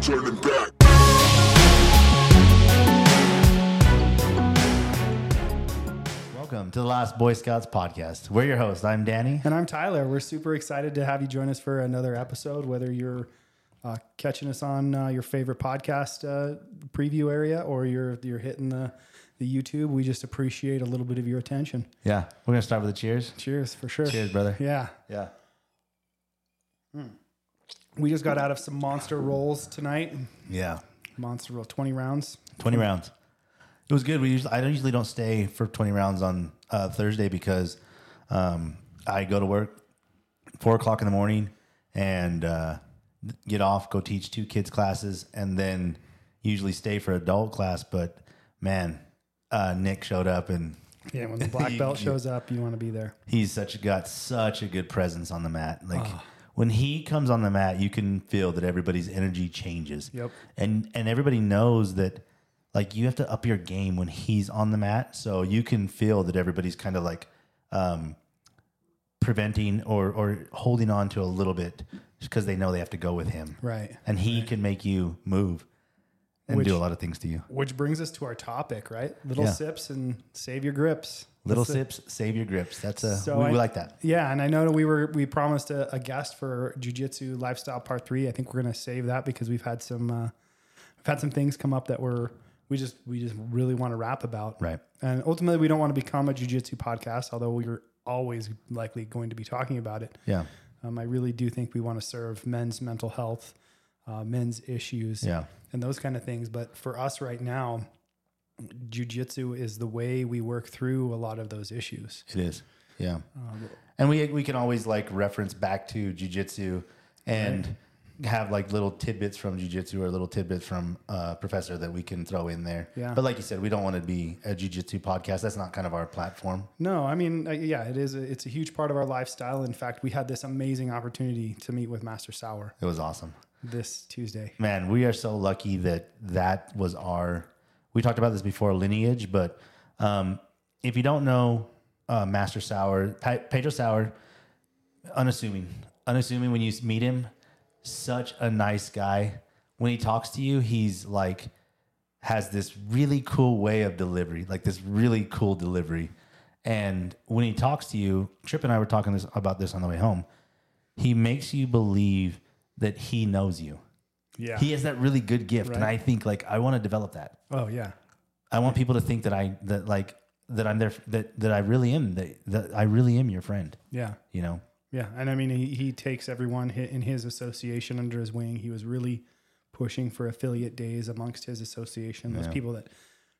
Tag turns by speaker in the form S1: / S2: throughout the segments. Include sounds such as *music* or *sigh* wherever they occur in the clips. S1: turning back.
S2: Welcome to the Last Boy Scouts podcast. We're your hosts. I'm Danny.
S3: And I'm Tyler. We're super excited to have you join us for another episode, whether you're uh, catching us on uh, your favorite podcast uh, preview area or you're you're hitting the, the YouTube. We just appreciate a little bit of your attention.
S2: Yeah, we're gonna start with the cheers.
S3: Cheers for sure.
S2: Cheers, brother.
S3: Yeah.
S2: Yeah,
S3: We just got out of some monster rolls tonight.
S2: yeah.
S3: Monster roll 20 rounds.
S2: Twenty rounds. It was good. We usually I don't usually don't stay for twenty rounds on uh, Thursday because um, I go to work four o'clock in the morning and uh, get off, go teach two kids classes, and then usually stay for adult class. But man, uh, Nick showed up and
S3: Yeah, *laughs* when the black
S2: You-
S3: belt
S2: you-
S3: shows up, you want to be there.
S2: He's such got such a good presence on the mat. Like
S3: Ah.
S2: when he comes on the mat, you can feel that everybody's energy changes.
S3: Yep.
S2: And and everybody knows that like you have to up your game when he's on the mat. So you can feel that everybody's kind of like um preventing or or holding on to a little bit because they know they have to go with him.
S3: Right.
S2: And he can make you move and
S3: Which-
S2: do a lot of things to you.
S3: Which brings us to our topic, right? Little
S2: Yeah.
S3: sips and save your grips.
S2: Little
S3: That's the-
S2: sips, save your grips. That's a
S3: So
S2: we,
S3: I-
S2: we like that.
S3: Yeah, and I know we were we promised a, a guest for Jiu-Jitsu Lifestyle Part Three. I think we're gonna save that because we've had some uh, we've had some things come up that we're we just we just really want to rap about.
S2: Right.
S3: And ultimately, we don't want to become a Jiu-Jitsu podcast, although we're always likely going to be talking about it.
S2: Yeah.
S3: Um, I really do think we want to serve men's mental health, uh, men's issues,
S2: Yeah.
S3: and those kind of things. But for us right now, jujitsu is the way we work through a lot of those issues.
S2: It is. Yeah. and we we can always like reference back to jujitsu and have like little tidbits from jujitsu or little tidbits from uh, professor that we can throw in there.
S3: Yeah.
S2: But like you said, we don't want to be a jujitsu podcast. That's not kind of our platform.
S3: No, I mean, uh, yeah, it is. A, it's a huge part of our lifestyle. In fact, we had this amazing opportunity to meet with Master Sauer
S2: It was awesome.
S3: this Tuesday.
S2: Man, we are so lucky that that was our. We talked about this before lineage, but um, if you don't know uh, Master Sauer, Pe- Pedro Sauer, unassuming, unassuming when you meet him, such a nice guy. When he talks to you, he's like has this really cool way of delivery, like this really cool delivery. And when he talks to you, Tripp and I were talking this, about this on the way home. He makes you believe that he knows you
S3: Yeah.
S2: he has that really good gift and i
S3: Right.
S2: think like i want to develop that
S3: oh yeah.
S2: i want people to think that i that like that i'm there that that i really am that, that i really am your friend
S3: Yeah.
S2: you know
S3: Yeah. And I mean, he, he takes everyone hi- in his association under his wing. He was really pushing for affiliate days amongst his association, those people that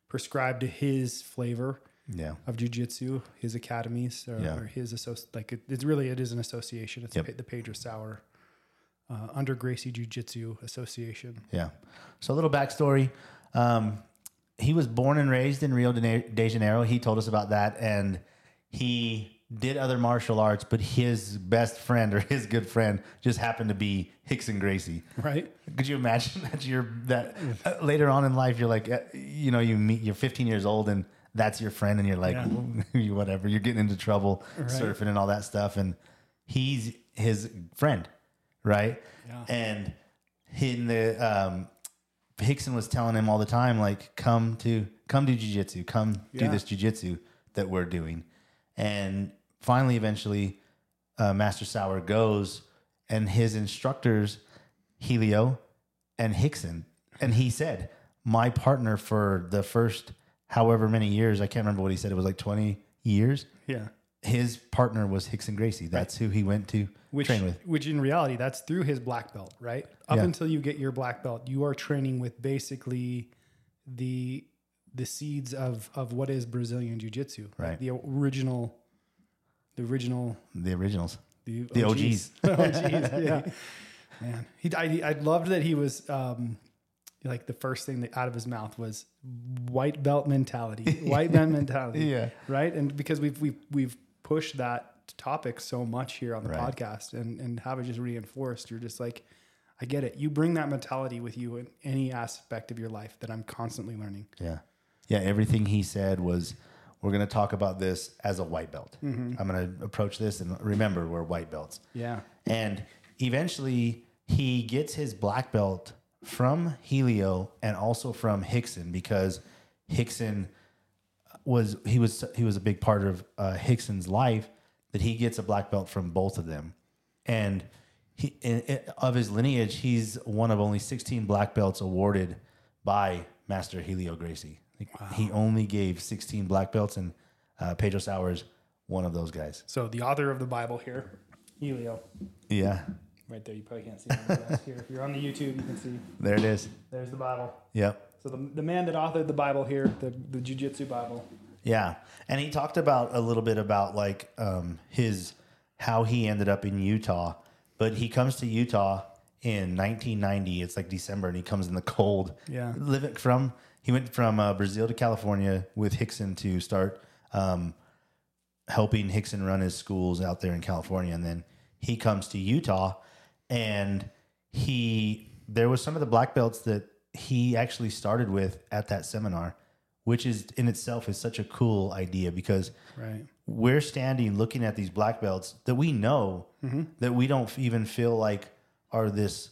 S3: prescribe to his flavor
S2: yeah
S3: of jujitsu, his academies, or,
S2: Yeah.
S3: or his associ- like it, it's really it is an association. It's
S2: Yep.
S3: the, the Pedro Sauer uh, under Gracie Jiu-Jitsu Association.
S2: yeah so a little backstory um he was born and raised in rio de Na- de janeiro he told us about that and he did other martial arts but his best friend or his good friend just happened to be hicks and gracie
S3: Right.
S2: Could you imagine *laughs* that you're that uh, later on in life you're like uh, you know you meet you're 15 years old and that's your friend and you're like *laughs* you whatever you're getting into trouble surfing and all that stuff and he's his friend right and in the um, Hickson was telling him all the time like come to come to jujitsu come do
S3: Yeah.
S2: this jujitsu that we're doing and finally eventually uh, Master Sauer goes and his instructors, Helio and Hickson. And he said, My partner for the first however many years, I can't remember what he said, it was like 20 years.
S3: Yeah.
S2: His partner was Hickson Gracie. That's who he went to
S3: which,
S2: train with.
S3: Which in reality, that's through his black belt, right? Up
S2: Yeah.
S3: until you get your black belt, you are training with basically the the seeds of of what is Brazilian Jiu Jitsu,
S2: Right.
S3: The original, the original,
S2: The originals.
S3: the
S2: The
S3: *laughs* The OGs, yeah. Man, he, I, I loved that he was um, like the first thing that out of his mouth was white belt
S2: *laughs*
S3: mentality, white belt mentality,
S2: Yeah.
S3: right? And because we've we've we've pushed that topic so much here on the
S2: Right.
S3: podcast, and and have it just reinforced. You're just like, I get it. You bring that mentality with you in any aspect of your life that I'm constantly learning.
S2: Yeah. Yeah. Everything he said was, We're going to talk about this as a white belt. I'm going to approach this and remember we're white belts.
S3: Yeah,
S2: And eventually he gets his black belt from Helio and also from Hickson because Hickson was he was he was a big part of uh, Hickson's life that he gets a black belt from both of them, and he in, in- of his lineage he's one of only sixteen black belts awarded by Master Helio Gracie. Like, He only gave sixteen black belts, and uh, Pedro Sowers one of those guys.
S3: So the author of the Bible here, Helio,
S2: Yeah,
S3: right there. You probably can't see him on the desk here. If you're on the YouTube, you can see.
S2: there it is.
S3: There's the Bible.
S2: Yep.
S3: So the, the man that authored the Bible here, the the Jujitsu Bible.
S2: Yeah, and he talked about a little bit about like um, his how he ended up in Utah, but he comes to Utah in 1990. It's like December, and he comes in the cold.
S3: Yeah.
S2: living from he went from uh, Brazil to California with Hickson to start um, helping Hickson run his schools out there in California, and then he comes to Utah, and he there was some of the black belts that he actually started with at that seminar, which is in itself is such a cool idea because
S3: Right.
S2: we're standing looking at these black belts that we know that we don't even feel like are this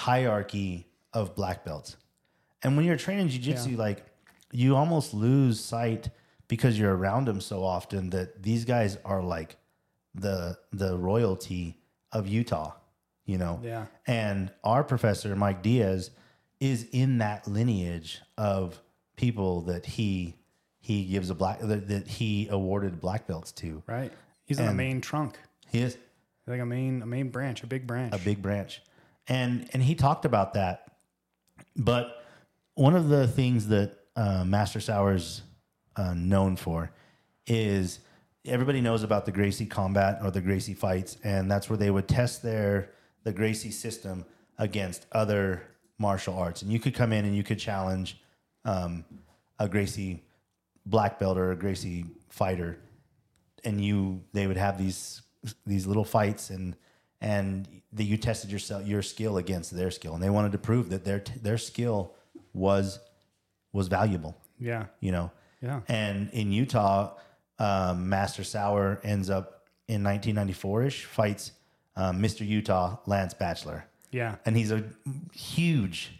S2: hierarchy of black belts. And when you're training jujitsu, like you almost lose sight because you're around them so often that these guys are like the the royalty of Utah, you know.
S3: Yeah.
S2: And our professor, Mike Diaz, is in that lineage of people that he he gives a black that, that he awarded black belts to.
S3: Right. He's on a main trunk,
S2: He is
S3: like a main a main branch, a big branch.
S2: a big branch, and and he talked about that. But one of the things that uh, Master Sauer's uh, known for is everybody knows about the Gracie combat or the Gracie fights, and that's where they would test their the Gracie system against other martial arts. And you could come in and you could challenge um, a Gracie black belt or a Gracie fighter, and you they would have these these little fights and and that you tested yourself your skill against their skill, and they wanted to prove that their their skill was was valuable
S3: yeah.
S2: you know.
S3: Yeah.
S2: And in Utah, um, Master Sauer ends up in 1994 ish fights um, Mr. Utah Lance Bachelor,
S3: Yeah.
S2: and he's a huge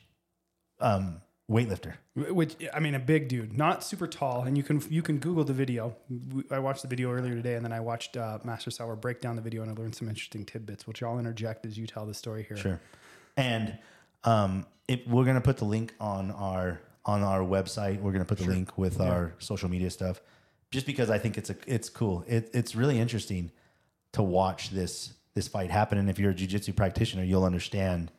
S2: um, weightlifter.
S3: Which I mean, a big dude, not super tall, and you can you can Google the video. W- I watched the video earlier today, and then I watched uh, Master Sauer break down the video, and I learned some interesting tidbits, which I'll interject as you tell the story here.
S2: Sure. And um, if we're gonna put the link on our on our website, we're gonna put the link with our social media stuff, just because I think it's a it's cool. It, it's really interesting to watch this this fight happen. And if you're a jujitsu practitioner, you'll understand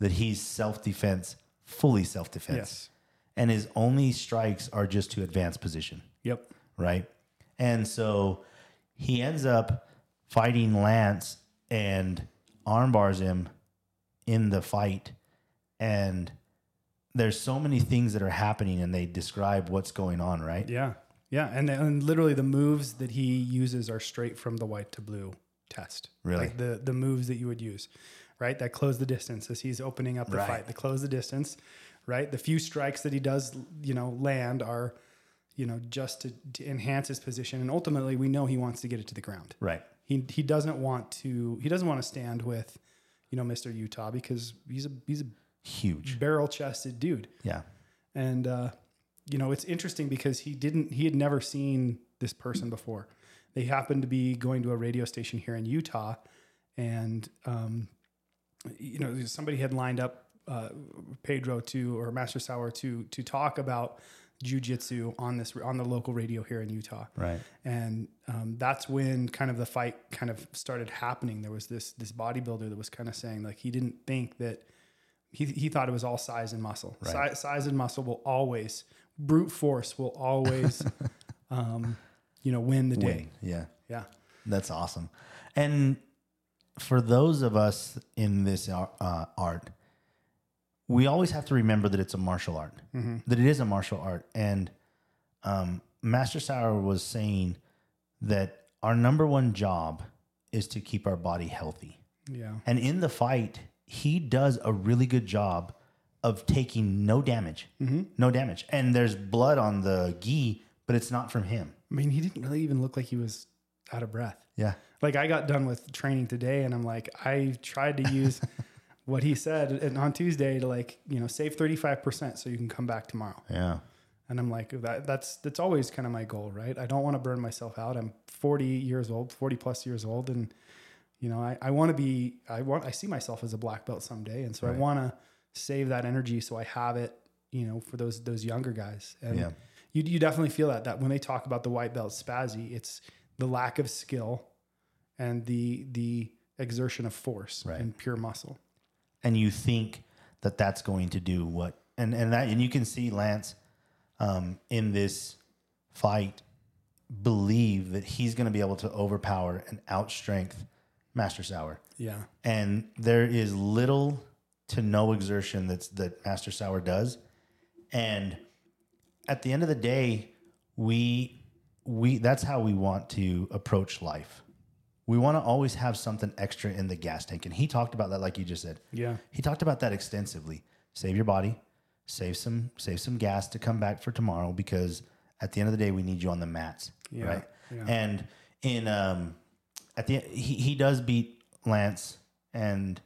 S2: that he's self defense, fully self defense,
S3: Yes.
S2: and his only strikes are just to advance position
S3: Yep.
S2: right? And so he ends up fighting Lance and armbars him in the fight. And there's so many things that are happening, and they describe what's going on, right?
S3: Yeah. Yeah. And then and literally the moves that he uses are straight from the white to blue test.
S2: Really?
S3: Like the, the moves that you would use, right? That close the distance as he's opening up the
S2: Right.
S3: fight, the close the distance, right? The few strikes that he does, you know, land are, you know, just to, to enhance his position. And ultimately we know he wants to get it to the ground.
S2: Right.
S3: He, he doesn't want to, he doesn't want to stand with, you know, Mr. Utah because he's a, he's a
S2: Huge.
S3: barrel chested dude
S2: Yeah.
S3: and uh, you know it's interesting because he didn't he had never seen this person before they happened to be going to a radio station here in utah and um, you know somebody had lined up uh, pedro to or master sauer to to talk about jiu-jitsu on this on the local radio here in utah
S2: Right.
S3: and um, that's when kind of the fight kind of started happening. There was this this bodybuilder that was kind of saying like he didn't think that he he thought it was all size and muscle.
S2: Right.
S3: Si- size and muscle will always brute force will
S2: *laughs*
S3: always um, you know win the day.
S2: Win. Yeah.
S3: Yeah,
S2: That's awesome. And for those of us in this ar- uh, art, we always have to remember that it's a martial art,
S3: Mm-hmm.
S2: that it is a martial art. And um, Master Sauer was saying that our number one job is to keep our body healthy.
S3: yeah,
S2: And in the fight, he does a really good job of taking no damage,
S3: Mm-hmm.
S2: no damage. And there's blood on the gi, but it's not from him.
S3: I mean he didn't really even look like he was out of breath.
S2: Yeah. *laughs*
S3: Like I got done with training today and I'm like I tried to use what he said and on Tuesday to like, you know, save 35% so you can come back tomorrow.
S2: Yeah.
S3: And I'm like, that, that's, that's always kind of my goal, right? I don't want to burn myself out. I'm 40 years old, 40 plus years old. And, you know, I, I want to be, I want, I see myself as a black belt someday. And so I
S2: Right.
S3: want to save that energy. So I have it, you know, for those, those younger guys. And
S2: Yeah.
S3: you, you definitely feel that, that when they talk about the white belt spazzy, it's the lack of skill and the, the exertion of force
S2: Right.
S3: and pure muscle.
S2: and you think that that's going to do what and and that and you can see Lance um, in this fight believe that he's going to be able to overpower and outstrength Master Sauer
S3: Yeah.
S2: and there is little to no exertion that's that Master Sauer does. And at the end of the day, we we that's how we want to approach life. We want to always have something extra in the gas tank. And he talked about that like you just said.
S3: Yeah.
S2: He talked about that extensively. Save your body, save some save some gas to come back for tomorrow because at the end of the day we need you on the mats,
S3: Yeah,
S2: right?
S3: yeah.
S2: And in um at the he he does beat Lance and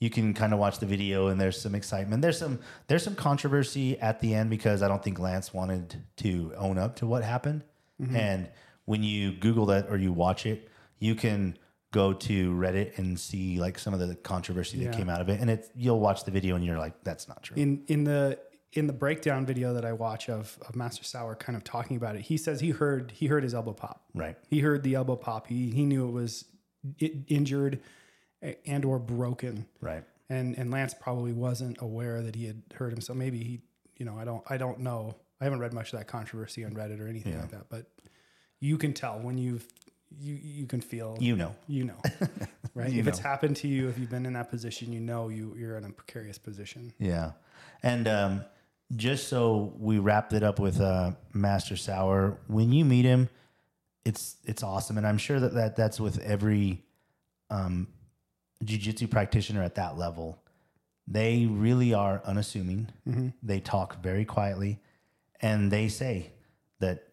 S2: you can kind of watch the video and there's some excitement. There's some there's some controversy at the end because I don't think Lance wanted to own up to what happened. And when you Google that or you watch it, you can go to Reddit and see like some of the controversy that
S3: Yeah.
S2: came out of it. And it's you'll watch the video and you're like, that's not true.
S3: in in the in the breakdown video that I watch of of Master Sauer kind of talking about it, he says he heard he heard his elbow pop.
S2: Right.
S3: He heard the elbow pop. He he knew it was i injured and or broken.
S2: Right.
S3: And and Lance probably wasn't aware that he had hurt him. So maybe he you know I don't I don't know. I haven't read much of that controversy on Reddit or anything like that. But you can tell when you've you you can feel
S2: You know.
S3: you know right if it's happened to you if you've been in that position you know you you're in a precarious position
S2: Yeah. And um, just so we wrapped it up with uh, Master Sauer, when you meet him, it's it's awesome, and I'm sure that, that that's with every um, jujitsu practitioner at that level. They really are unassuming. They talk very quietly, and they say that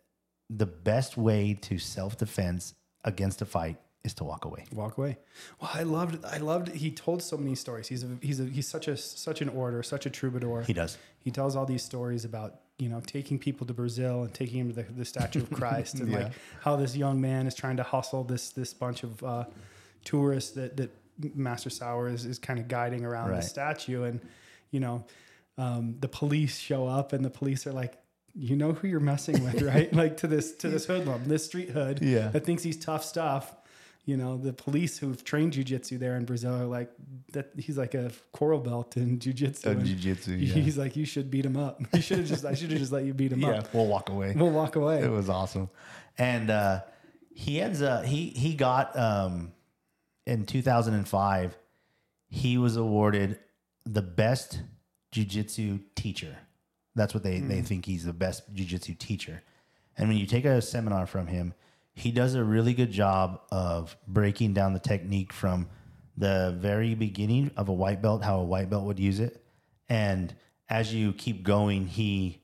S2: the best way to self defense against a fight is to walk away.
S3: walk away. Well, I loved, I loved. He told so many stories. He's a, he's a, he's such a such an orator, such a troubadour.
S2: He does.
S3: He tells all these stories about you know taking people to Brazil and taking them to the, the
S2: *laughs*
S3: Statue of Christ and like how this young man is trying to hustle this this bunch of uh, tourists that that Master Sauer is, is kind of guiding around
S2: Right.
S3: the statue and you know um, the police show up and the police are like. You know who you're
S2: *laughs*
S3: messing with, right? like to this to this hoodlum, this street hood
S2: Yeah.
S3: that thinks he's tough stuff. You know, the police who've trained jujitsu there in Brazil are like that. He's like a coral belt in jujitsu. and
S2: jujitsu.
S3: He's like, you should beat him up. *laughs* You should have just, I should have just let you beat him
S2: Yeah,
S3: up.
S2: we'll walk away.
S3: We'll walk away.
S2: It was awesome. And uh, he ends up he he got um, in 2005 he was awarded the best jiu-jitsu teacher. That's what they they think he's the best jiu-jitsu teacher. And when you take a seminar from him, he does a really good job of breaking down the technique from the very beginning of a white belt how a white belt would use it and as you keep going he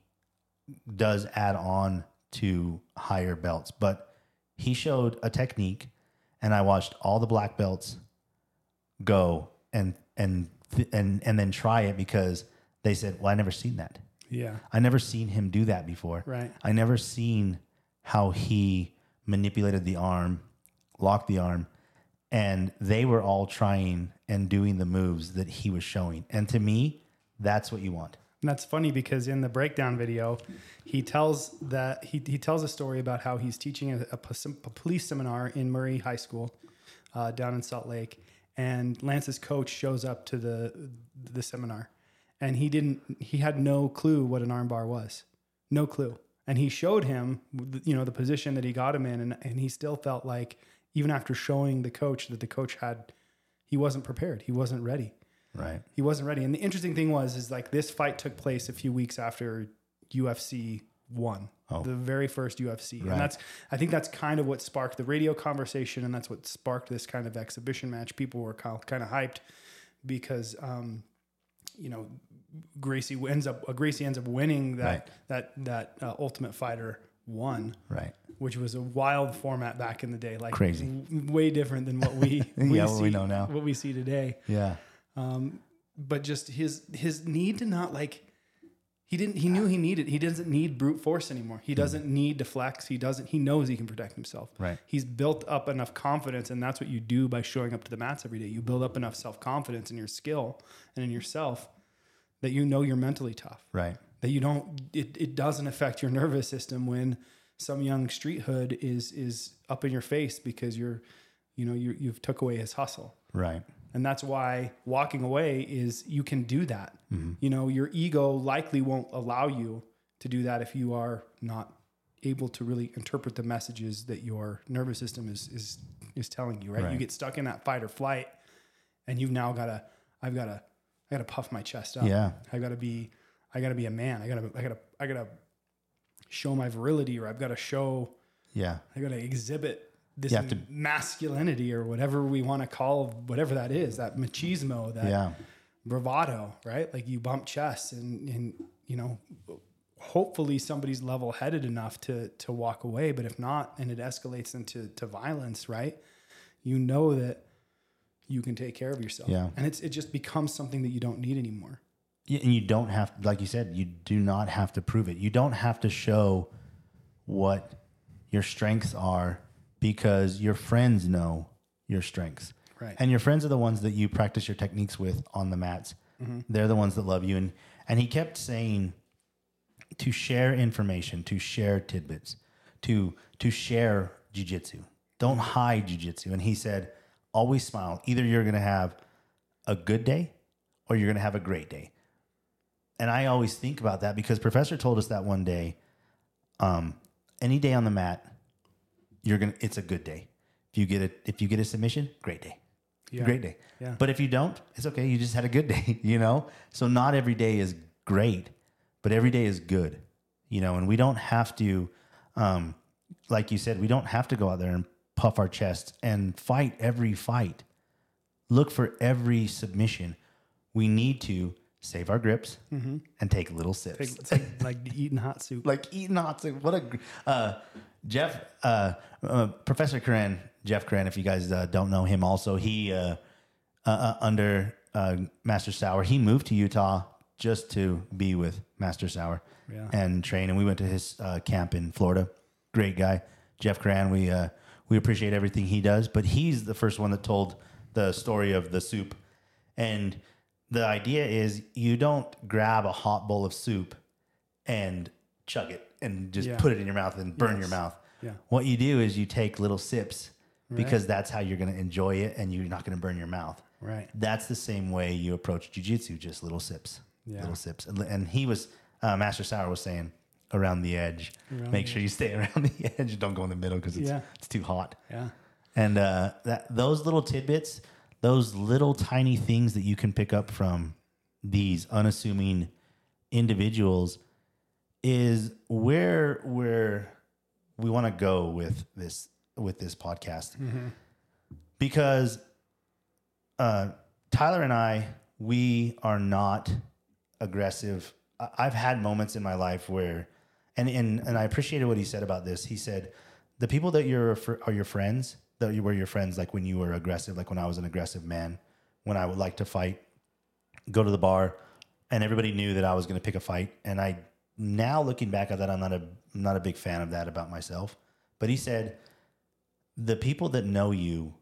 S2: does add on to higher belts, but he showed a technique, and I watched all the black belts go and and and and then try it because they said, "Well, I never seen that.
S3: Yeah.
S2: I never seen him do that before.
S3: Right.
S2: I never seen how he manipulated the arm, locked the arm, and they were all trying and doing the moves that he was showing. And to me, that's what you want.
S3: And that's funny because in the breakdown video, he tells that he, he tells a story about how he's teaching a, a pos- a police seminar in Murray High School uh, down in Salt Lake, and Lance's coach shows up to the the seminar, and he didn't he had no clue what an armbar was, no clue, and he showed him you know the position that he got him in, and, and he still felt like even after showing the coach that the coach had, he wasn't prepared, he wasn't ready
S2: Right.
S3: he wasn't ready. And the interesting thing was, is like this fight took place a few weeks after UFC one,
S2: Oh.
S3: the very first UFC, and that's I think that's kind of what sparked the radio conversation, and that's what sparked this kind of exhibition match. People were kind of, kind of hyped because, um, you know, Gracie ends up uh, Gracie ends up winning that that that uh, Ultimate Fighter one
S2: Right.
S3: which was a wild format back in the day, like
S2: Crazy.
S3: w- way different than what we,
S2: *laughs*
S3: we
S2: Yeah,
S3: see,
S2: what we know now.
S3: what we see today.
S2: Yeah.
S3: but just his his need to not like he didn't he knew he needed he doesn't need brute force anymore
S2: Hmm.
S3: he doesn't need to flex he doesn't he knows he can protect himself
S2: Right.
S3: he's built up enough confidence and that's what you do by showing up to the mats every day you build up enough self-confidence in your skill and in yourself that you know you're mentally tough
S2: Right.
S3: that you don't it, it doesn't affect your nervous system when some young street hood is is up in your face because you're you know you, you've took away his hustle
S2: Right.
S3: and that's why walking away is you can do that
S2: Mm-hmm.
S3: you know your ego likely won't allow you to do that if you are not able to really interpret the messages that your nervous system is is is telling you right, you
S2: Right.
S3: get stuck in that fight or flight and you've now got to i've got to i got to puff my chest up
S2: Yeah.
S3: i got to be i got to be a man i got to i got to i got to show my virility or i've got to show
S2: Yeah.
S3: I gotta exhibit this
S2: You have to-
S3: masculinity or whatever we want to call whatever that is, that machismo, that
S2: Yeah.
S3: bravado, right? Like you bump chests and and you know, hopefully somebody's level headed enough to to walk away. But if not, and it escalates into to violence, right? You know that you can take care of yourself.
S2: Yeah.
S3: And it's it just becomes something that you don't need anymore.
S2: Yeah, and you don't have like you said you do not have to prove it you don't have to show what your strengths are because your friends know your strengths
S3: Right.
S2: and your friends are the ones that you practice your techniques with on the mats they're the ones that love you and and he kept saying to share information to share tidbits to to share jujitsu don't hide jujitsu and he said always smile either you're going to have a good day or you're going to have a great day and I always think about that because Professor told us that one day, um, any day on the mat, you're gonna it's a good day. If you get a if you get a submission, great day,
S3: Yeah.
S2: great day.
S3: Yeah.
S2: But if you don't, it's okay. You just had a good day, *laughs* you know. So not every day is great, but every day is good, you know. And we don't have to, um, like you said, we don't have to go out there and puff our chests and fight every fight look for every submission. We need to save our grips
S3: Mm-hmm.
S2: and take little sips.
S3: It's like like eating hot soup.
S2: like eating hot soup. What a gr- uh, Jeff uh, uh, Professor Curran, Jeff Curran. If you guys uh, don't know him, also he uh, uh, uh, under uh, Master Sauer. He moved to Utah just to be with Master Sauer
S3: Yeah.
S2: and train. And we went to his uh, camp in Florida. Great guy, Jeff Curran. We uh, we appreciate everything he does, but he's the first one that told the story of the soup. And the idea is you don't grab a hot bowl of soup and chug it and just
S3: Yeah.
S2: put it in your mouth and burn your mouth.
S3: Yeah.
S2: What you do is you take little sips because that's how you're going to enjoy it and you're not going to burn your mouth.
S3: Right.
S2: That's the same way you approach jujitsu, just little sips,
S3: Yeah.
S2: little sips. And, and he was, uh, Master Sauer was saying, around the edge. Make sure you stay *laughs* around the edge. Don't go in the middle because it's,
S3: Yeah.
S2: it's too hot.
S3: Yeah.
S2: And uh, that those little tidbits, those little tiny things that you can pick up from these unassuming individuals, is where where we want to go with this with this podcast because uh, Tyler and I we are not aggressive. I- I've had moments in my life where, and and and I appreciated what he said about this. He said the people that you're refer- are your friends that you were your friends like when you were aggressive, like when I was an aggressive man, when I would like to fight, go to the bar, and everybody knew that I was going to pick a fight. And I now looking back at that, I'm not a I'm not a big fan of that about myself. But he said the people that know you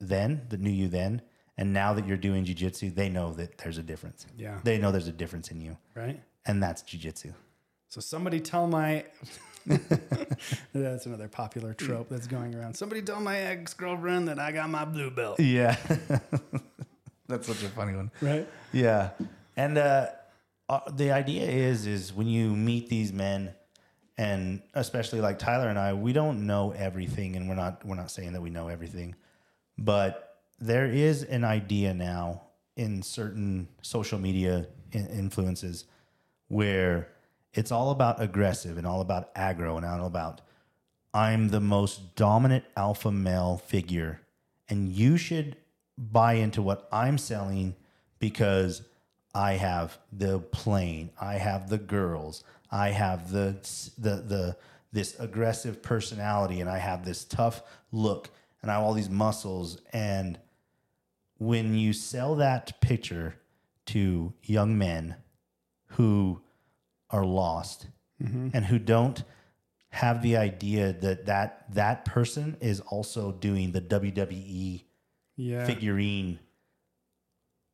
S2: then, that knew you then, and now that you're doing jujitsu, they know that there's a difference.
S3: Yeah.
S2: They know there's a difference in you,
S3: Right.
S2: and that's jujitsu.
S3: So somebody tell my *laughs* that's another popular trope that's going around. Somebody tell my ex girlfriend that I got my blue belt.
S2: *laughs* Yeah, that's such a funny one.
S3: Right.
S2: Yeah, and uh, uh, the idea is is when you meet these men, and especially like Tyler and I, we don't know everything, and we're not we're not saying that we know everything, but there is an idea now in certain social media in- influences where it's all about aggressive and all about aggro and all about I'm the most dominant alpha male figure, and you should buy into what I'm selling because I have the plane, I have the girls, I have the the the this aggressive personality, and I have this tough look, and I have all these muscles. And when you sell that picture to young men who are lost
S3: Mm-hmm.
S2: and who don't have the idea that that that person is also doing the WWE
S3: Yeah.
S2: figurine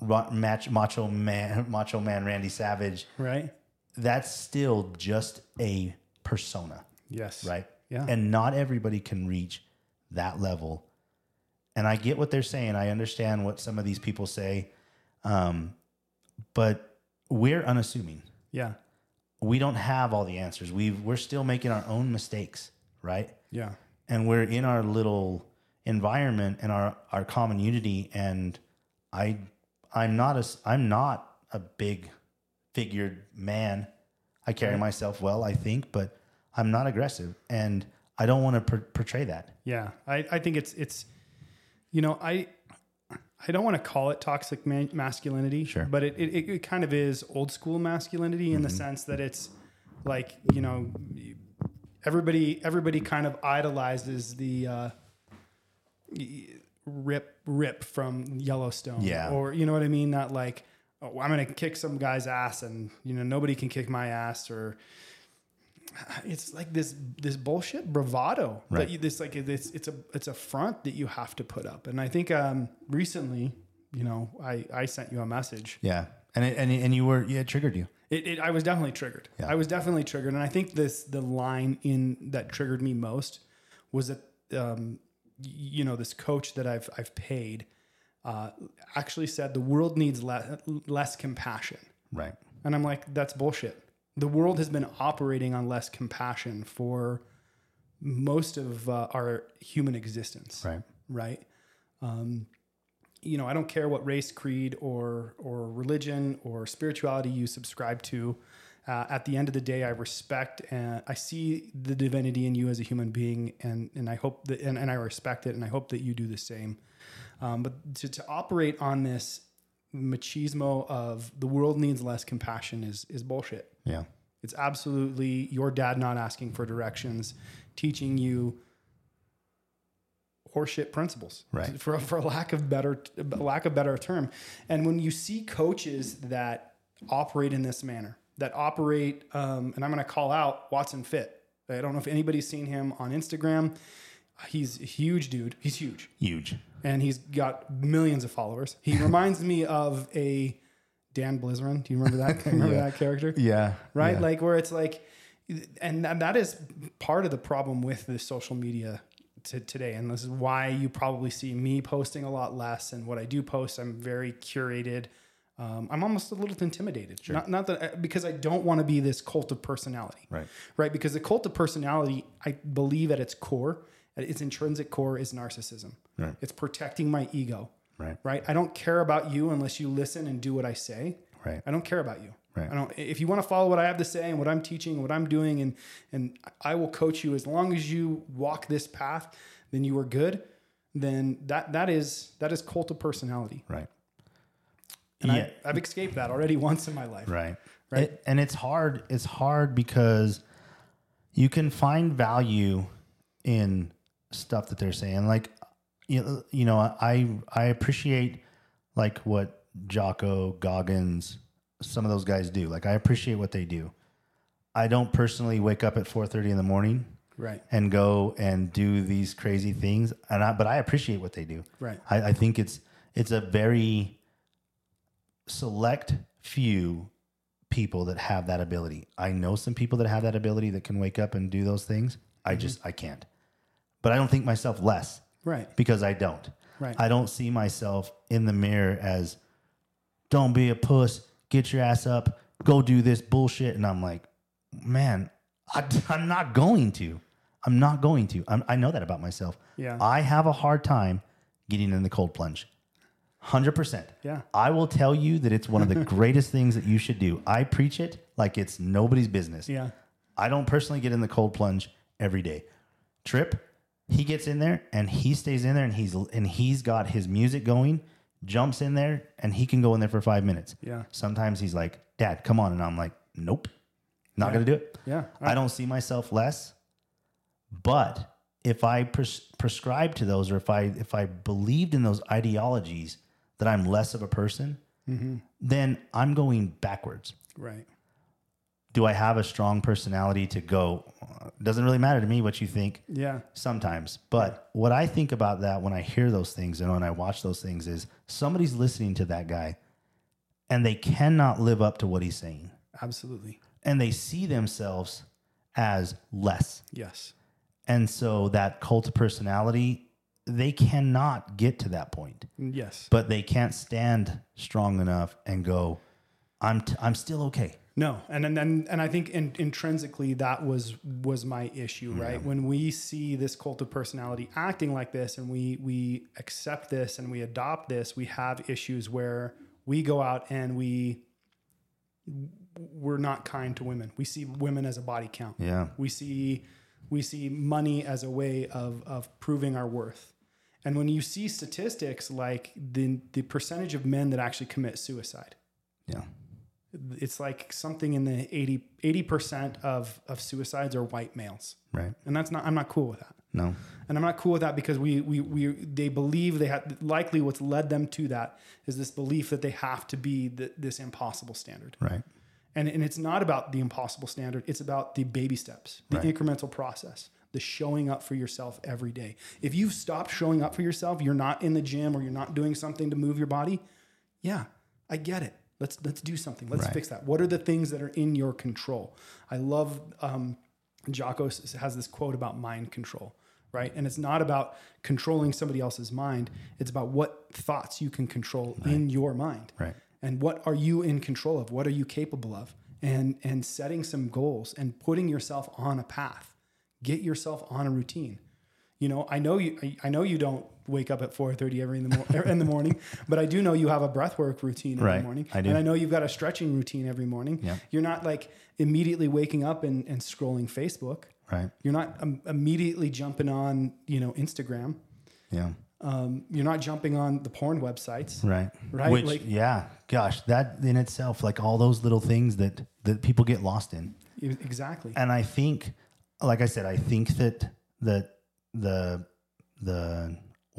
S2: ro- match macho man macho man Randy Savage
S3: Right.
S2: that's still just a persona
S3: Yes.
S2: right
S3: Yeah.
S2: and not everybody can reach that level and i get what they're saying i understand what some of these people say um, but we're unassuming
S3: yeah.
S2: we don't have all the answers we we're still making our own mistakes right
S3: Yeah.
S2: and we're in our little environment and our our common unity and i i'm not a i'm not a big figured man i carry myself well i think but i'm not aggressive and i don't want to per- portray that
S3: Yeah, I, I think it's it's, you know, I I don't want to call it toxic ma- masculinity,
S2: Sure. Mm-hmm.
S3: but it, it it kind of is old school masculinity in the sense that it's like you know everybody everybody kind of idolizes the uh, y- rip rip from Yellowstone,
S2: Yeah.
S3: or you know what I mean, not like. Oh, I'm gonna kick some guy's ass, and you know nobody can kick my ass, or it's like this this bullshit bravado
S2: Right.
S3: that you, this like it's it's a it's a front that you have to put up and i think um recently you know i i sent you a message
S2: yeah and it, and, it- and you were yeah it triggered you
S3: it, it i was definitely triggered
S2: Yeah.
S3: i was definitely triggered and i think this the line in that triggered me most was that um y- you know this coach that i've i've paid uh actually said the world needs less less compassion
S2: right
S3: and I'm like, that's bullshit. The world has been operating on less compassion for most of uh, our human existence,
S2: right
S3: right? Um, you know, I don't care what race, creed, or or religion or spirituality you subscribe to. Uh, at the end of the day, I respect and I see the divinity in you as a human being, and and I hope that and, and I respect it, and I hope that you do the same. Um, but to, to operate on this machismo of the world needs less compassion is is bullshit.
S2: yeah
S3: It's absolutely your dad not asking for directions, teaching you horseshit principles,
S2: Right.
S3: For for lack of better lack of better term, and when you see coaches that operate in this manner, that operate, um, and I'm going to call out Watson Fit. I don't know if anybody's seen him on Instagram. He's a huge dude. He's huge
S2: huge
S3: and he's got millions of followers. He reminds me of a Dan Blizzarin. Do you remember that? *laughs* remember that character?
S2: yeah
S3: Right? Like where it's like, and that, that is part of the problem with the social media to today. And this is why you probably see me posting a lot less. And what I do post, I'm very curated. Um, I'm almost a little intimidated. Not, not that uh, because I don't want to be this cult of personality
S2: right
S3: right? Because the cult of personality, I believe at its core, at its intrinsic core, is narcissism.
S2: Right.
S3: It's protecting my ego,
S2: right
S3: right? I don't care about you unless you listen and do what I say.
S2: right
S3: I don't care about you.
S2: Right.
S3: I don't. If you want to follow what I have to say and what I'm teaching and what I'm doing, and and I will coach you as long as you walk this path, then you are good. Then that that is that is cult of personality.
S2: right
S3: And
S2: Yeah.
S3: I, I've escaped that already *laughs* once in my life.
S2: right
S3: Right.
S2: It- and it's hard it's hard because you can find value in stuff that they're saying like you, you know i i appreciate like what jocko goggins some of those guys do like i appreciate what they do i don't personally wake up at 4.30 in the morning
S3: Right.
S2: and go and do these crazy things and i but i appreciate what they do
S3: Right.
S2: I, I think it's it's a very select few people that have that ability. I know some people that have that ability that can wake up and do those things. I just I can't. But I don't think myself less
S3: Right.
S2: because I don't.
S3: Right.
S2: I don't see myself in the mirror as don't be a puss, get your ass up, go do this bullshit and I'm like, man, I, I'm not going to. I'm not going to. I'm, I know that about myself.
S3: Yeah.
S2: I have a hard time getting in the cold plunge. 100%.
S3: Yeah.
S2: I will tell you that it's one of the *laughs* greatest things that you should do. I preach it like it's nobody's business.
S3: Yeah.
S2: I don't personally get in the cold plunge every day. Trip, he gets in there and he stays in there and he's and he's got his music going, jumps in there and he can go in there for 5 minutes.
S3: Yeah.
S2: Sometimes he's like, "Dad, come on." And I'm like, "Nope. Not going to do it."
S3: Yeah.
S2: I don't see myself less. But if I pres- prescribe to
S3: Mm-hmm.
S2: those, or if I if I believed in those ideologies that I'm less of a person, then I'm going backwards.
S3: Right.
S2: Do I have a strong personality to go? Doesn't really matter to me what you think
S3: Yeah.
S2: sometimes. But what I think about that when I hear those things and when I watch those things is somebody's listening to that guy and they cannot live up to what he's saying.
S3: Absolutely.
S2: And they see themselves as less.
S3: Yes.
S2: And so that cult of personality, they cannot get to that point,
S3: Yes.
S2: but they can't stand strong enough and go, I'm, t- I'm still okay.
S3: No, and and and, and I think in, intrinsically that was was my issue, right? When we see this cult of personality acting like this, and we we accept this and we adopt this, we have issues where we go out and we we're not kind to women. We see women as a body count.
S2: Yeah.
S3: We see we see money as a way of of proving our worth. And when you see statistics like the the percentage of men that actually commit suicide,
S2: Yeah.
S3: it's like something in the 80 percent of of suicides are white males,
S2: Right.
S3: and that's not I'm not cool with that.
S2: No.
S3: And I'm not cool with that because we we we they believe they have likely what's led them to that is this belief that they have to be th this impossible standard.
S2: Right.
S3: And, and it's not about the impossible standard. It's about the baby steps, the incremental process, the showing up for yourself every day. If you've stopped showing up for yourself, you're not in the gym or you're not doing something to move your body. Yeah, I get it. Let's let's do something. Let's fix that. What are the things that are in your control? I love um, Jocko s- has this quote about mind control, right? And it's not about controlling somebody else's mind. It's about what thoughts you can control in your mind
S2: Right.
S3: and what are you in control of what are you capable of and and setting some goals and putting yourself on a path get yourself on a routine you know i know you i- i know you don't wake up at 4.30 every in the, mor- *laughs* er, in the morning but i do know you have a breath work routine every
S2: Right,
S3: morning
S2: I do.
S3: and i know you've got a stretching routine every morning you're not like immediately waking up and, and scrolling facebook
S2: Right.
S3: you're not um, immediately jumping on you know instagram
S2: Yeah.
S3: um, you're not jumping on the porn websites
S2: Right.
S3: Right,
S2: Which,
S3: like-
S2: yeah, gosh, that in itself, like all those little things that that people get lost in.
S3: E-, exactly
S2: And I think, like I said, I think that that the the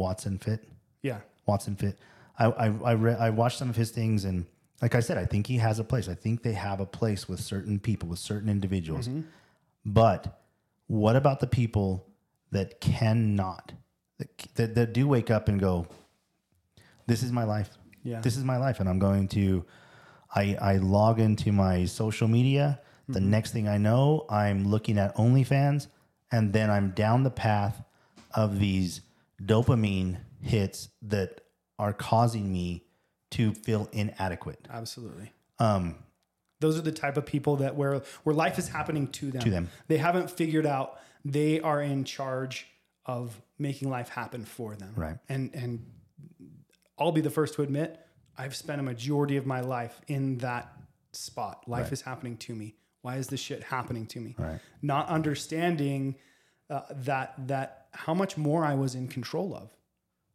S2: Watson fit,
S3: yeah
S2: Watson fit. I I I, re- I watched some of his things, and like I said, I think he has a place. I think they have a place with certain people, with certain individuals.
S3: Mm-hmm.
S2: But what about the people that cannot that, that that do wake up and go, "This is my life."
S3: yeah
S2: this is my life and i'm going to i i log into my social media the next thing i know i'm looking at onlyfans and then i'm down the path of these dopamine hits that are causing me to feel inadequate
S3: absolutely
S2: um
S3: Those are the type of people that where where life is happening to them. To
S2: them.
S3: They haven't figured out they are in charge of making life happen for them.
S2: Right.
S3: And and I'll be the first to admit I've spent a majority of my life in that spot. Life is happening to me. Why is this shit happening to me?
S2: Right.
S3: Not understanding uh, that that how much more I was in control of,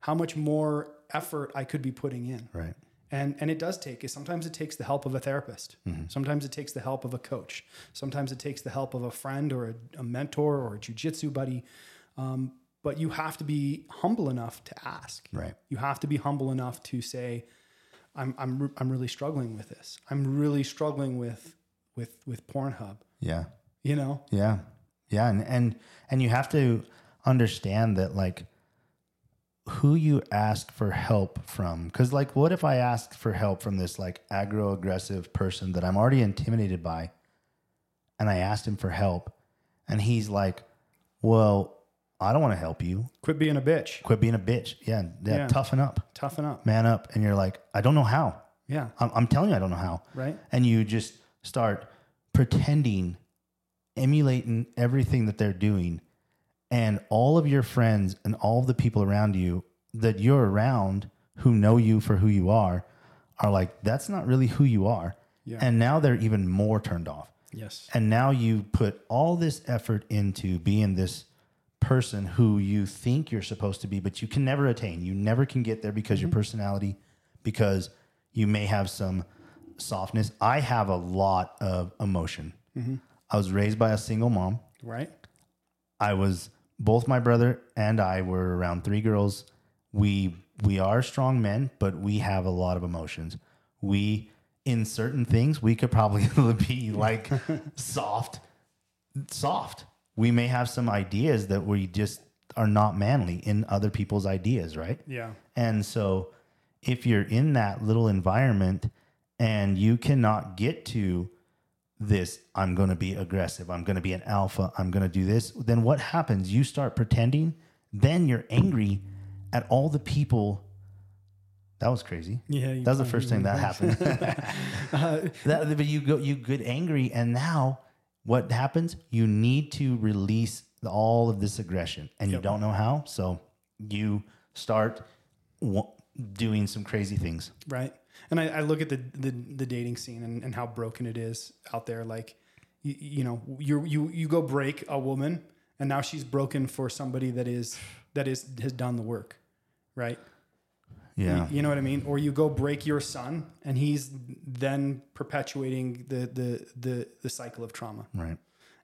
S3: how much more effort I could be putting in
S2: right
S3: and and it does take is sometimes it takes the help of a therapist sometimes it takes the help of a coach sometimes it takes the help of a friend or a, a mentor or a jujitsu buddy um, but you have to be humble enough to ask
S2: right
S3: you have to be humble enough to say i'm i'm, re- I'm really struggling with this i'm really struggling with with with pornhub
S2: yeah
S3: you know
S2: Yeah. Yeah. And, and, and you have to understand that like who you ask for help from. Cause like, what if I ask for help from this like aggro aggressive person that I'm already intimidated by and I asked him for help and he's like, well, I don't want to help you.
S3: quit being a bitch
S2: Quit being a bitch. Yeah, yeah.
S3: Yeah.
S2: Toughen up,
S3: toughen up
S2: man up. And you're like, I don't know how.
S3: yeah
S2: I'm, I'm telling you, I don't know how
S3: right
S2: and you just start pretending, emulating everything that they're doing, and all of your friends and all of the people around you that you're around who know you for who you are are like, that's not really who you are.
S3: Yeah.
S2: And now they're even more turned off.
S3: yes
S2: And now you put all this effort into being this person who you think you're supposed to be, but you can never attain. You never can get there because your personality, because you may have some softness. I have a lot of emotion. I was raised by a single mom.
S3: right
S2: I was both my brother and I were around three girls. We we are strong men, but we have a lot of emotions. We in certain things, we could probably *laughs* be like soft, soft. We may have some ideas that we just are not manly in other people's ideas, right?
S3: Yeah.
S2: And so if you're in that little environment and you cannot get to this, I'm going to be aggressive, I'm going to be an alpha, I'm going to do this, then what happens? You start pretending, then you're angry at all the people. That was crazy.
S3: Yeah. you
S2: That was the
S3: probably
S2: first thing
S3: would.
S2: that happened. *laughs*
S3: Uh,
S2: that, but you go, you get angry, and now what happens? You need to release all of this aggression, and you
S3: Yep.
S2: don't know how. So you start w- doing some crazy things.
S3: right and i, I look at the, the the dating scene and, and how broken it is out there like you, you know you you you go break a woman and now she's broken for somebody that is that is has done the work right
S2: Yeah,
S3: you know what i mean or you go break your son and he's then perpetuating the the the, the cycle of trauma
S2: right.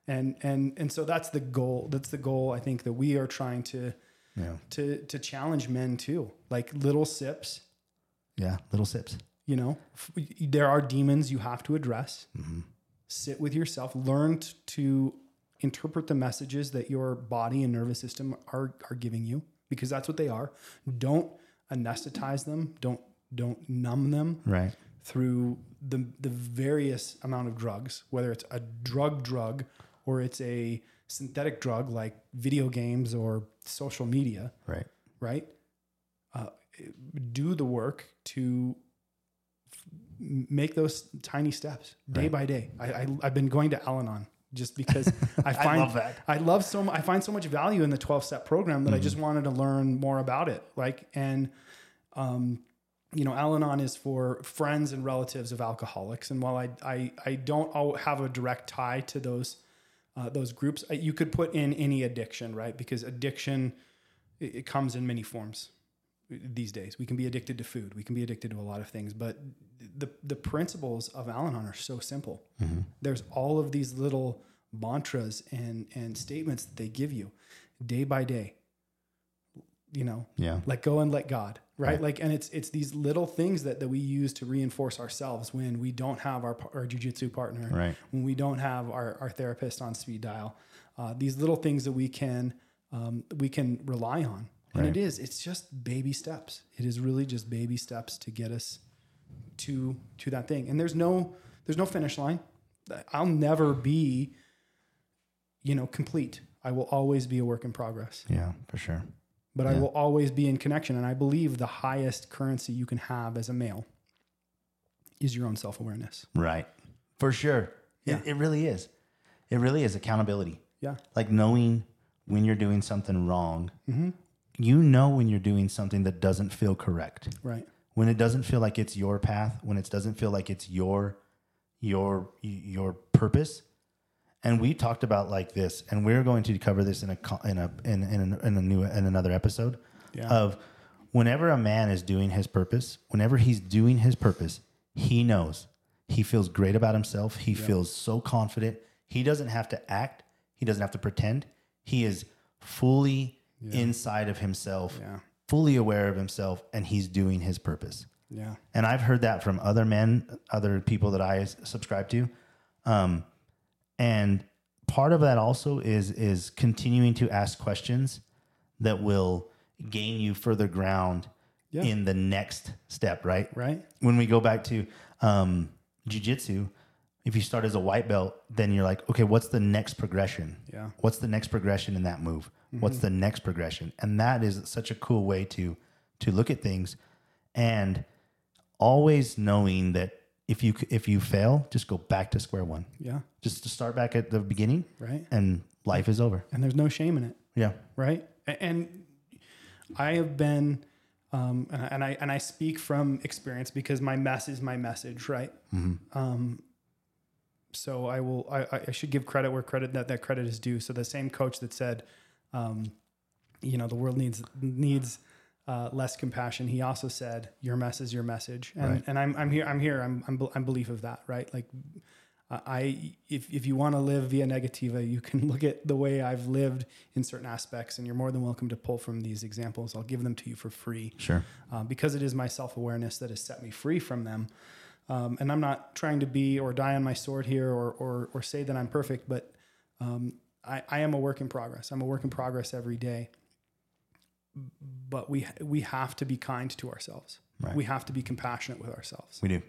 S3: and and and so that's the goal that's the goal i think that we are trying to
S2: Yeah,
S3: to to challenge men too like little sips
S2: yeah. Little sips.
S3: you know f- there are demons you have to address sit with yourself learn t- to interpret the messages that your body and nervous system are are giving you because that's what they are don't anesthetize them don't don't numb them
S2: Right.
S3: through the the various amount of drugs whether it's a drug drug or it's a synthetic drug like video games or social media
S2: Right.
S3: right? Uh, do the work to f- make those tiny steps day
S2: Right.
S3: by day. I, I, I've been going to Al-Anon just
S2: *laughs*
S3: because I find
S2: love that.
S3: I love so mu- I find so much value in the 12 step program that I
S2: Mm-hmm.
S3: just wanted to learn more about it. Like, and, um, you know, Al-Anon is for friends and relatives of alcoholics. And while I, I, I don't al- have a direct tie to those, uh, those groups, I- you could put in any addiction, right? Because addiction, it, it comes in many forms these days. We can be addicted to food. We can be addicted to a lot of things, but the the principles of Al-Anon are so simple.
S2: Mm-hmm.
S3: There's all of these little mantras and and statements that they give you day by day. You know,
S2: Yeah.
S3: let go and let God, right?
S2: Right.
S3: Like, and it's it's these little things that that we use to reinforce ourselves when we don't have our par- our jujitsu partner,
S2: Right.
S3: when we don't have our, our therapist on speed dial uh, these little things that we can um, we can rely on and
S2: Right.
S3: it is it's just baby steps it is really just baby steps to get us to to that thing and there's no there's no finish line i'll never be you know complete i will always be a work in progress
S2: Yeah, for sure.
S3: but I will always be in connection. And I believe the highest currency you can have as a male is your own self awareness.
S2: Right. For sure.
S3: Yeah.
S2: It, it really is. It really is accountability.
S3: Yeah.
S2: like knowing when you're doing something wrong. You know when you're doing something that doesn't feel correct.
S3: Right.
S2: When it doesn't feel like it's your path, when it doesn't feel like it's your your your purpose. And we talked about like this, and we're going to cover this in a co- in a in in a, in a new in another episode
S3: Yeah.
S2: of whenever a man is doing his purpose, whenever he's doing his purpose, he knows. He feels great about himself. He feels so confident. He doesn't have to act. He doesn't have to pretend. He is fully inside of himself,
S3: Yeah.
S2: fully aware of himself, and he's doing his purpose.
S3: Yeah.
S2: And I've heard that from other men, other people that I s- subscribe to. Um, and part of that also is is continuing to ask questions that will gain you further ground
S3: Yeah.
S2: in the next step, right?
S3: Right.
S2: When we go back to um, jujitsu, if you start as a white belt, then you're like, okay, what's the next progression?
S3: Yeah. Mm-hmm.
S2: What's the next progression in that move? What's the next progression? And that is such a cool way to to look at things, and always knowing that if you c- if you fail, just go back to square one
S3: Yeah.
S2: just to start back at the beginning
S3: Right.
S2: and life is over.
S3: And there's no shame in it.
S2: Yeah.
S3: right? A- And I have been, um, and I- and I and I speak from experience because my mess is my message, right? Um, so I will. I- I, I should give credit where credit that that credit is due. So the same coach that said, um, you know, the world needs needs. Uh, less compassion. He also said, "Your mess is your message," and
S2: Right.
S3: and I'm I'm here I'm here I'm I'm, I'm belief of that right. Like I- I if if you want to live via negativa, you can *laughs* look at the way I've lived in certain aspects, and you're more than welcome to pull from these examples. I'll give them to you for free
S2: Sure.
S3: uh, because it is my self awareness that has set me free from them. Um, and I'm not trying to be or die on my sword here or or, or say that I'm perfect, but um, I, I am a work in progress. I'm a work in progress every day. But we we have to be kind to ourselves.
S2: Right.
S3: We have to be compassionate with ourselves.
S2: We do.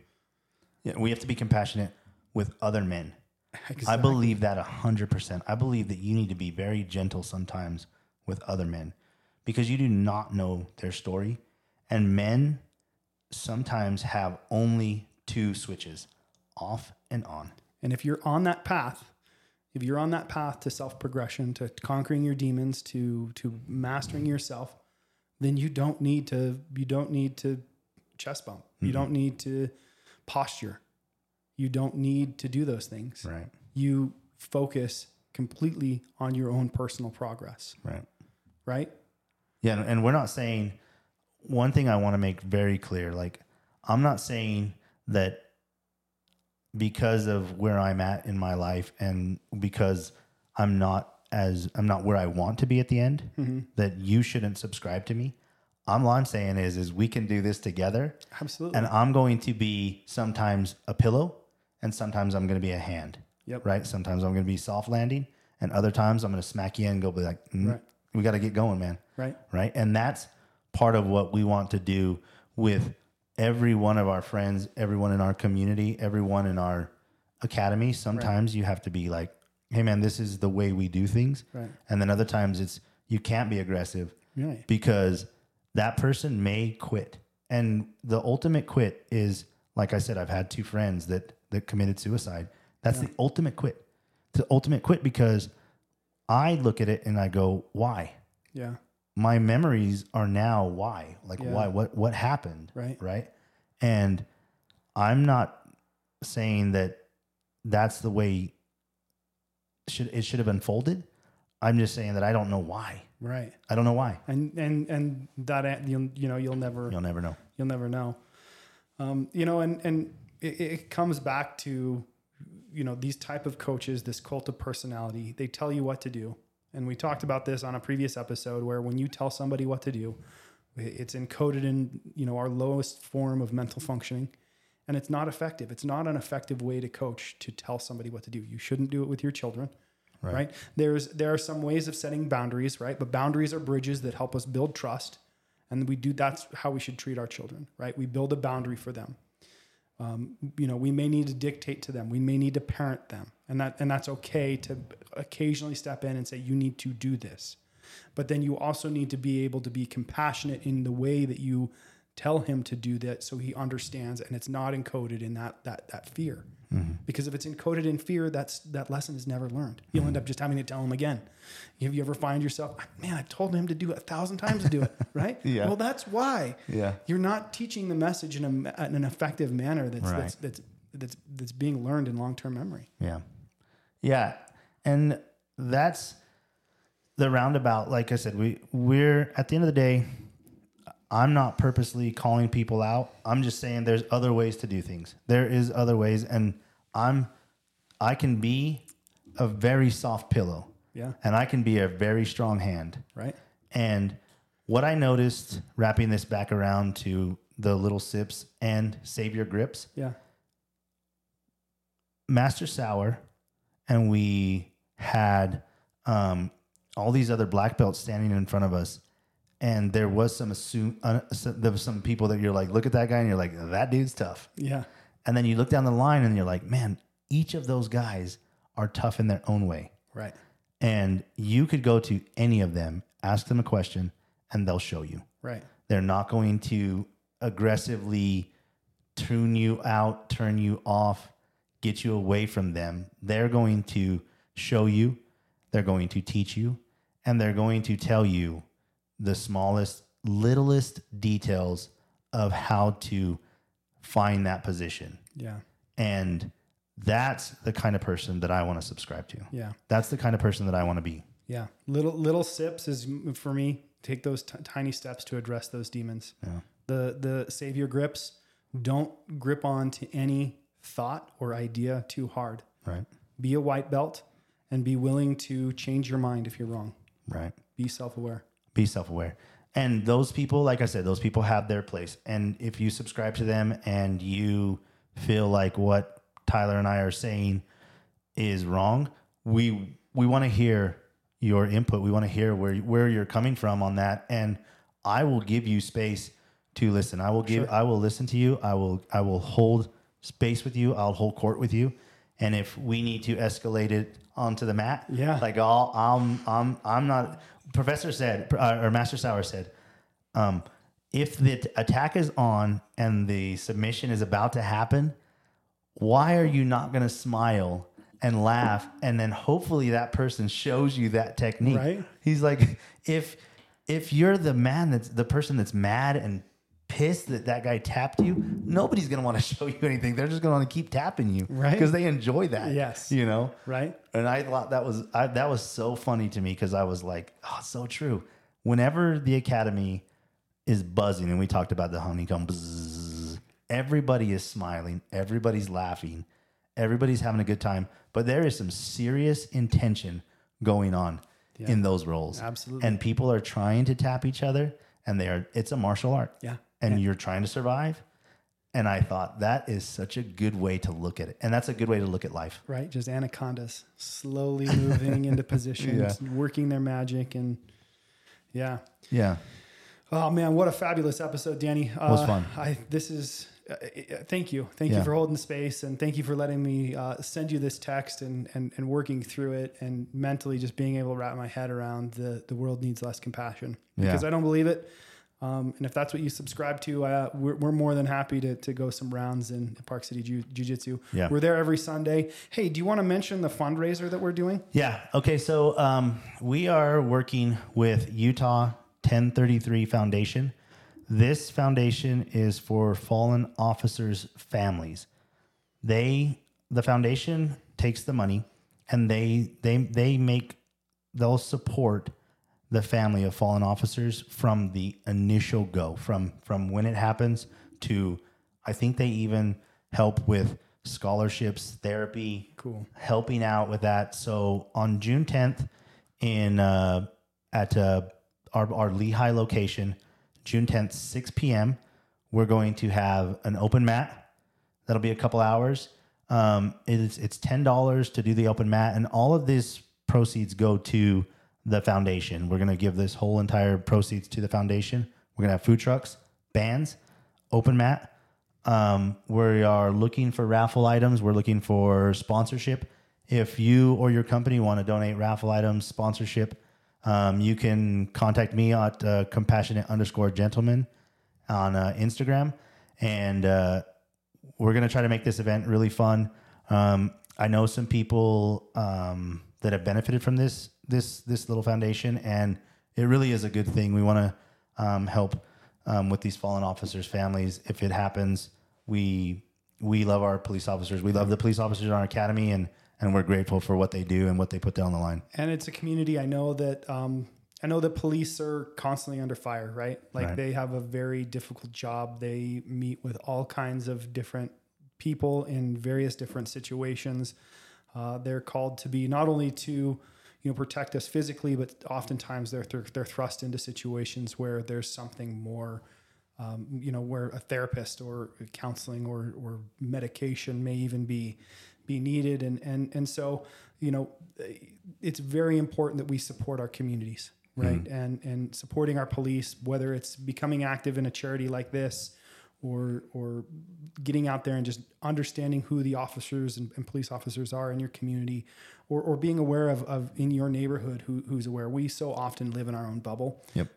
S2: Yeah, we have to be compassionate with other men. I
S3: Exactly.
S2: believe that 100%. I believe that you need to be very gentle sometimes with other men because you do not know their story. And men sometimes have only two switches off and on.
S3: And if you're on that path, if you're on that path to self progression, to conquering your demons, to to mastering yourself, then you don't need to you don't need to chest bump. You
S2: Mm-hmm.
S3: don't need to posture. You don't need to do those things.
S2: Right,
S3: You focus completely on your own personal progress,
S2: right.
S3: right?
S2: Yeah, and- and we're not saying one thing I want to make very clear. Like, I'm not saying that because of where I'm at in my life and because I'm not as I'm not where I want to be at the end,
S3: Mm-hmm.
S2: that you shouldn't subscribe to me. I'm all I'm saying is is we can do this together
S3: Absolutely.
S2: and I'm going to be sometimes a pillow and sometimes I'm going to be a hand.
S3: Yep.
S2: Right? Sometimes I'm going to be soft landing and other times I'm going to smack you and go be like, "Mm,
S3: Right.
S2: we got to get going, man
S3: right?
S2: right? And that's part of what we want to do with every one of our friends, everyone in our community, everyone in our academy. Sometimes you have to be like, hey, man, this is the way we do things.
S3: Right.
S2: And then other times it's, you can't be aggressive
S3: Right.
S2: because that person may quit. And the ultimate quit is, like I said, I've had two friends that, that committed suicide. That's the ultimate quit. The ultimate quit because I look at it and I go, why?
S3: Yeah.
S2: my memories are now why like
S3: Yeah.
S2: why what what happened
S3: Right.
S2: right and i'm not saying that that's the way should it should have unfolded i'm just saying that i don't know why
S3: Right.
S2: i don't know why
S3: And and and that you you know you'll never
S2: you'll never know
S3: you'll never know. Um, you know, and and it, it comes back to you know these type of coaches, this cult of personality. They tell you what to do, and we talked about this on a previous episode where when you tell somebody what to do, i- it's encoded in you know our lowest form of mental functioning, and it's not effective. It's not an effective way to coach to tell somebody what to do. You shouldn't do it with your children. Right. There's there are some ways of setting boundaries, right? But boundaries are bridges that help us build trust and we do that's how we should treat our children right we build a boundary for them um, you know we may need to dictate to them we may need to parent them and that and that's okay to occasionally step in and say you need to do this but then you also need to be able to be compassionate in the way that you tell him to do that so he understands and it's not encoded in that that that fear
S2: Mm-hmm.
S3: because if it's encoded in fear that's that lesson is never learned you'll
S2: Mm-hmm.
S3: end up just having to tell him again if you ever find yourself man i've told him to do it a thousand times to do it *laughs* right
S2: Yeah.
S3: well that's why
S2: Yeah.
S3: you're not teaching the message in, a, ma- in an effective manner that's
S2: Right.
S3: that's, that's that's that's being learned in long-term memory
S2: Yeah. Yeah. And that's the roundabout. Like I said, we we're at the end of the day, I'm not purposely calling people out. I'm just saying there's other ways to do things. There is other ways and I'm I can be a very soft pillow.
S3: Yeah.
S2: And I can be a very strong hand.
S3: right
S2: And what I noticed wrapping this back around to the little sips and save your grips
S3: yeah
S2: Master Sour, and we had um, all these other black belts standing in front of us, and there was some assume uh, some- there was some people that you're like, look at that guy, and you're like, that dude's tough,
S3: yeah
S2: and then you look down the line and you're like, man, each of those guys are tough in their own way,
S3: right
S2: and you could go to any of them, ask them a question, and they'll show you.
S3: right
S2: They're not going to aggressively tune you out, turn you off, get you away from them. They're going to show you, they're going to teach you, and they're going to tell you the smallest, littlest details of how to find that position.
S3: yeah
S2: And that's the kind of person that I want to subscribe to.
S3: yeah
S2: That's the kind of person that I want to be.
S3: yeah little little sips is m- for me take those t- tiny steps to address those demons
S2: Yeah.
S3: the the save your grips don't grip on to any thought or idea too hard
S2: Right.
S3: be a white belt and be willing to change your mind if you're wrong
S2: Right.
S3: be self-aware
S2: be self-aware and those people like i said those people have their place and if you subscribe to them and you feel like what Tyler and I are saying is wrong, we we want to hear your input. We want to hear where where you're coming from on that, and I will give you space to listen. I will give. I will listen to you. I will. I will hold space with you. I'll hold court with you. And if we need to escalate it onto the mat,
S3: Yeah.
S2: like I'll, I'm, I'm, I'm not. Professor said, uh, or Master Sauer said, um, if the t- attack is on and the submission is about to happen, why are you not going to smile and laugh and then hopefully that person shows you that technique
S3: Right.
S2: he's like if if you're the man that's the person that's mad and pissed that that guy tapped you nobody's going to want to *laughs* show you anything they're just going to want to keep tapping you
S3: Right.
S2: because they enjoy that
S3: Yes.
S2: you know
S3: right?
S2: and I thought that was I, that was so funny to me because I was like, oh, it's so true. Whenever the academy is buzzing, and we talked about the honeycomb, bzzz, everybody is smiling, everybody's laughing, everybody's having a good time. But there is some serious intention going on in those roles,
S3: Absolutely.
S2: And people are trying to tap each other, and they are. It's a martial art,
S3: Yeah.
S2: and you're trying to survive. And I thought that is such a good way to look at it, and that's a good way to look at life.
S3: Right, just anacondas slowly moving into positions, working their magic, and yeah.
S2: Yeah.
S3: Oh man, what a fabulous episode, Danny. Uh,
S2: was fun.
S3: I this is. Uh, uh, thank you, thank
S2: Yeah.
S3: you for holding space, and thank you for letting me uh, send you this text and, and and working through it, and mentally just being able to wrap my head around the the world needs less compassion
S2: Yeah.
S3: because I don't believe it. Um, and if that's what you subscribe to, uh, we're, we're more than happy to, to go some rounds in Park City Jiu Jitsu.
S2: Yeah.
S3: We're there every Sunday. Hey, do you want to mention the fundraiser that we're doing?
S2: Yeah. Okay. So um, we are working with Utah 1033 Foundation. This foundation is for fallen officers' families. They, the foundation, takes the money, and they they they make they'll support the family of fallen officers from the initial go, from from when it happens to, I think they even help with scholarships, therapy,
S3: Cool.
S2: helping out with that. So on June 10th, in uh, at uh, our our Lehigh location, June 10th, 6 p.m., we're going to have an open mat. That'll be a couple hours. Um, it's it's ten dollars to do the open mat, and all of these proceeds go to the foundation. We're gonna give this whole entire proceeds to the foundation. We're gonna have food trucks, bands, open mat. Um, we are looking for raffle items. We're looking for sponsorship. If you or your company want to donate raffle items, sponsorship, um, you can contact me at uh, compassionate underscore gentleman on uh, Instagram. And uh, we're going to try to make this event really fun. Um, I know some people um, that have benefited from this this this little foundation, and it really is a good thing. We want to um, help um, with these fallen officers' families. If it happens, we we love our police officers. We love the police officers in our academy, and and we're grateful for what they do and what they put down the line.
S3: and it's a community i know that um, i know that police are constantly under fire right like
S2: Right.
S3: they have a very difficult job they meet with all kinds of different people in various different situations uh, they're called to be not only to you know protect us physically but oftentimes they're thr- they're thrust into situations where there's something more um, you know where a therapist or counseling or, or medication may even be be needed and and and so you know it's very important that we support our communities right and and supporting our police whether it's becoming active in a charity like this or or getting out there and just understanding who the officers and, and police officers are in your community or, or being aware of, of in your neighborhood who, who's aware we so often live in our own bubble
S2: Yep.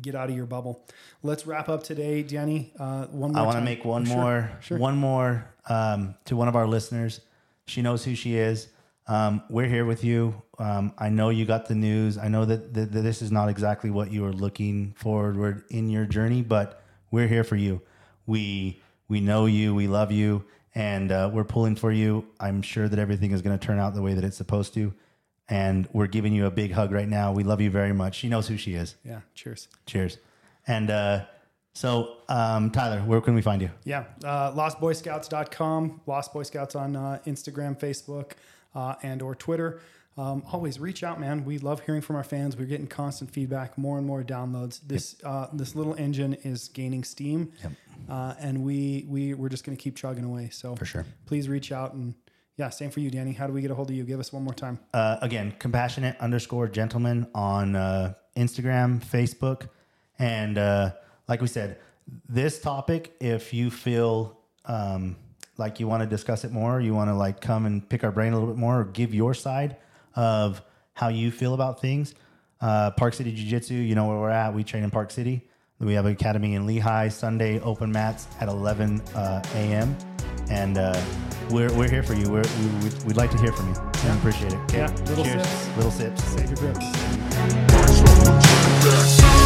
S3: get out of your bubble let's wrap up today danny uh, one more
S2: I want to
S3: time.
S2: make one
S3: Sure,
S2: more, one more um, to one of our listeners. She knows who she is. Um, we're here with you. Um, I know you got the news. I know that, that, that this is not exactly what you were looking forward in your journey, but we're here for you. We we know you. We love you, and uh, we're pulling for you. I'm sure that everything is going to turn out the way that it's supposed to. And we're giving you a big hug right now. We love you very much. She knows who she is.
S3: yeah cheers
S2: Cheers. And uh, so, um, Tyler, where can we find you?
S3: Yeah, uh, lostboyscouts.com, Lost Boy Scouts on uh, Instagram, Facebook, uh, and or Twitter. um, always reach out, man. We love hearing from our fans. We're getting constant feedback, more and more downloads. This uh, this little engine is gaining steam, uh, and we we we're just going to keep chugging away. So
S1: For sure.
S3: please reach out and yeah, same for you, Danny. How do we get a hold of you? Give us one more time.
S2: uh, again, compassionate underscore gentleman on uh, Instagram, Facebook, and uh, like we said, this topic. If you feel um, like you want to discuss it more, you want to like come and pick our brain a little bit more, or give your side of how you feel about things. Uh, Park City Jiu Jitsu, you know where we're at. We train in Park City. We have an academy in Lehigh. Sunday open mats at 11 uh, a.m. And uh, we're, we're here for you. We're, we, we'd- we'd like to hear from you. And appreciate it.
S3: Yeah, little sips.
S2: Little sips.
S3: Save your grips.
S4: That's what I'm trying to get.